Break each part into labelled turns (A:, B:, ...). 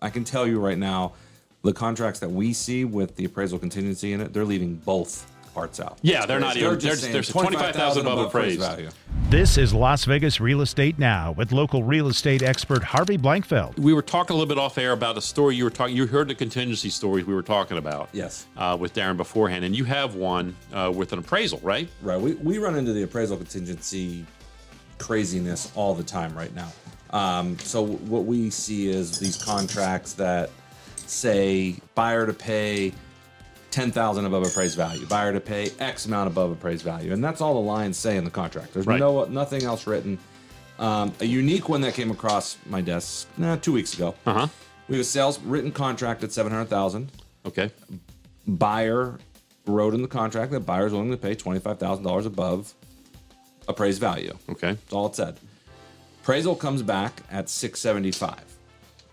A: I can tell you right now, the contracts that we see with the appraisal contingency in it, they're leaving both parts out.
B: Yeah, they're not even. There's
A: saying
B: there's 25,000 above appraised.
C: This is Las Vegas Real Estate Now with local real estate expert Harvey Blankfeld.
B: We were talking a little bit off air about a story you were talking. You heard the contingency stories we were talking about.
A: Yes.
B: Uh, with Darren beforehand, and you have one uh, with an appraisal, right?
A: Right. We, we run into the appraisal contingency craziness all the time right now. Um, so what we see is these contracts that say buyer to pay 10,000 above appraised value, buyer to pay X amount above appraised value. And that's all the lines say in the contract. There's
B: Right.
A: no nothing else written. Um, a unique one that came across my desk nah, two weeks ago.
B: Uh huh.
A: We have a sales written contract at 700,000
B: Okay.
A: buyer wrote in the contract that buyer is willing to pay $25,000 above appraised value.
B: Okay.
A: That's all it said. Appraisal comes back at 675.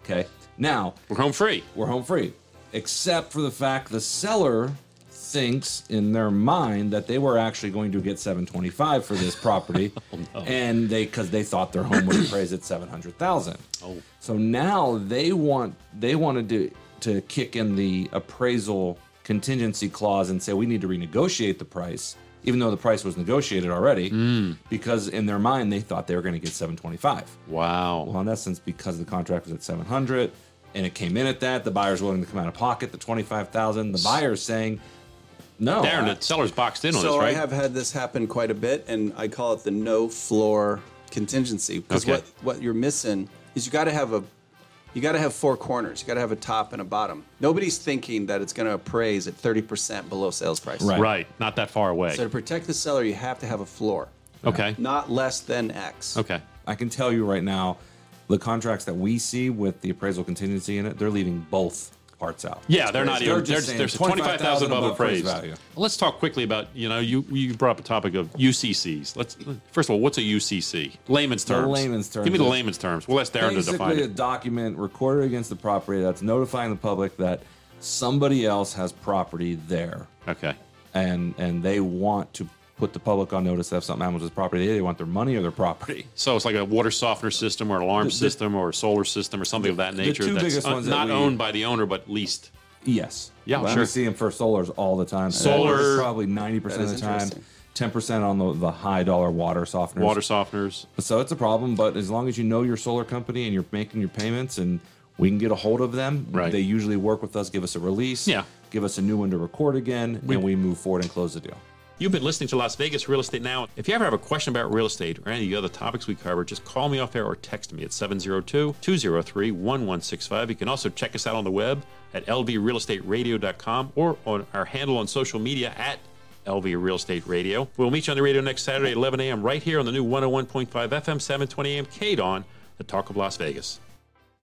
A: Okay. Now,
B: We're home free.
A: we're home free, except for the fact the seller thinks in their mind that they were actually going to get 725 for this property and they cuz they thought their home was appraised at 700,000. Oh. So now they want they wanted to to kick in the appraisal contingency clause and say we need to renegotiate the price even though the price was negotiated already because in their mind they thought they were going to get 725
B: Wow.
A: well, in essence, because the contract was at 700 and it came in at that, the buyer's willing to come out of pocket the 25,000. The buyer's saying, no. I-
B: Darren, the seller's boxed in on
D: so
B: this, right?
D: I have had this happen quite a bit, and I call it the no floor contingency because
B: Okay.
D: what what you're missing is you got to have a you got to have four corners. You got to have a top and a bottom. Nobody's thinking that it's going to appraise at 30% below sales price.
A: Right.
B: right. Not that far away.
D: So to protect the seller, you have to have a floor,
B: okay.
D: not less than X.
B: Okay.
A: I can tell you right now, the contracts that we see with the appraisal contingency in it, they're leaving both parts out.
B: Yeah, they're not
A: They're
B: even.
A: just
B: They're,
A: saying
B: there's 25,000 above appraised.
A: value.
B: Let's talk quickly about, you know, you, you brought up a topic of UCCs. Let's First of all, what's a UCC? Layman's
A: The
B: terms.
A: layman's terms
B: Give me the
A: is-
B: layman's terms. We'll ask Darren to define
A: Basically, a
B: it.
A: document recorded against the property that's notifying the public that somebody else has property there.
B: Okay.
A: and and they want to put the public on notice that if something happens to this property, they either want their money or their property.
B: So it's like a water softener system or an alarm system or a solar system or something of that nature
A: two
B: that's
A: biggest
B: un-
A: ones that
B: not
A: we-
B: owned by the owner but leased.
A: Yes.
B: Yeah,
A: Well,
B: sure.
A: We see them for solars all the time.
B: Solar-
A: Solar probably ninety percent of
D: That
A: the
D: is
A: time.
D: interesting.
A: Ten percent on the, the high dollar water softeners.
B: Water softeners.
A: So it's a problem, but as long as you know your solar company and you're making your payments and we can get a hold of them,
B: Right.
A: they usually work with us, give us a release,
B: Yeah.
A: give us a new one to record again, and we move forward and close the deal.
B: You've been listening to Las Vegas Real Estate Now. If you ever have a question about real estate or any of the other topics we cover, just call me off air or text me at 702 203 1165. You can also check us out on the web at lvrealestateradio.com or on our handle on social media at LV Real Estate Radio. We'll meet you on the radio next oh Saturday at 11 a.m. right here on the new 101.5 FM, 720 a.m. KDON, the Talk of Las Vegas.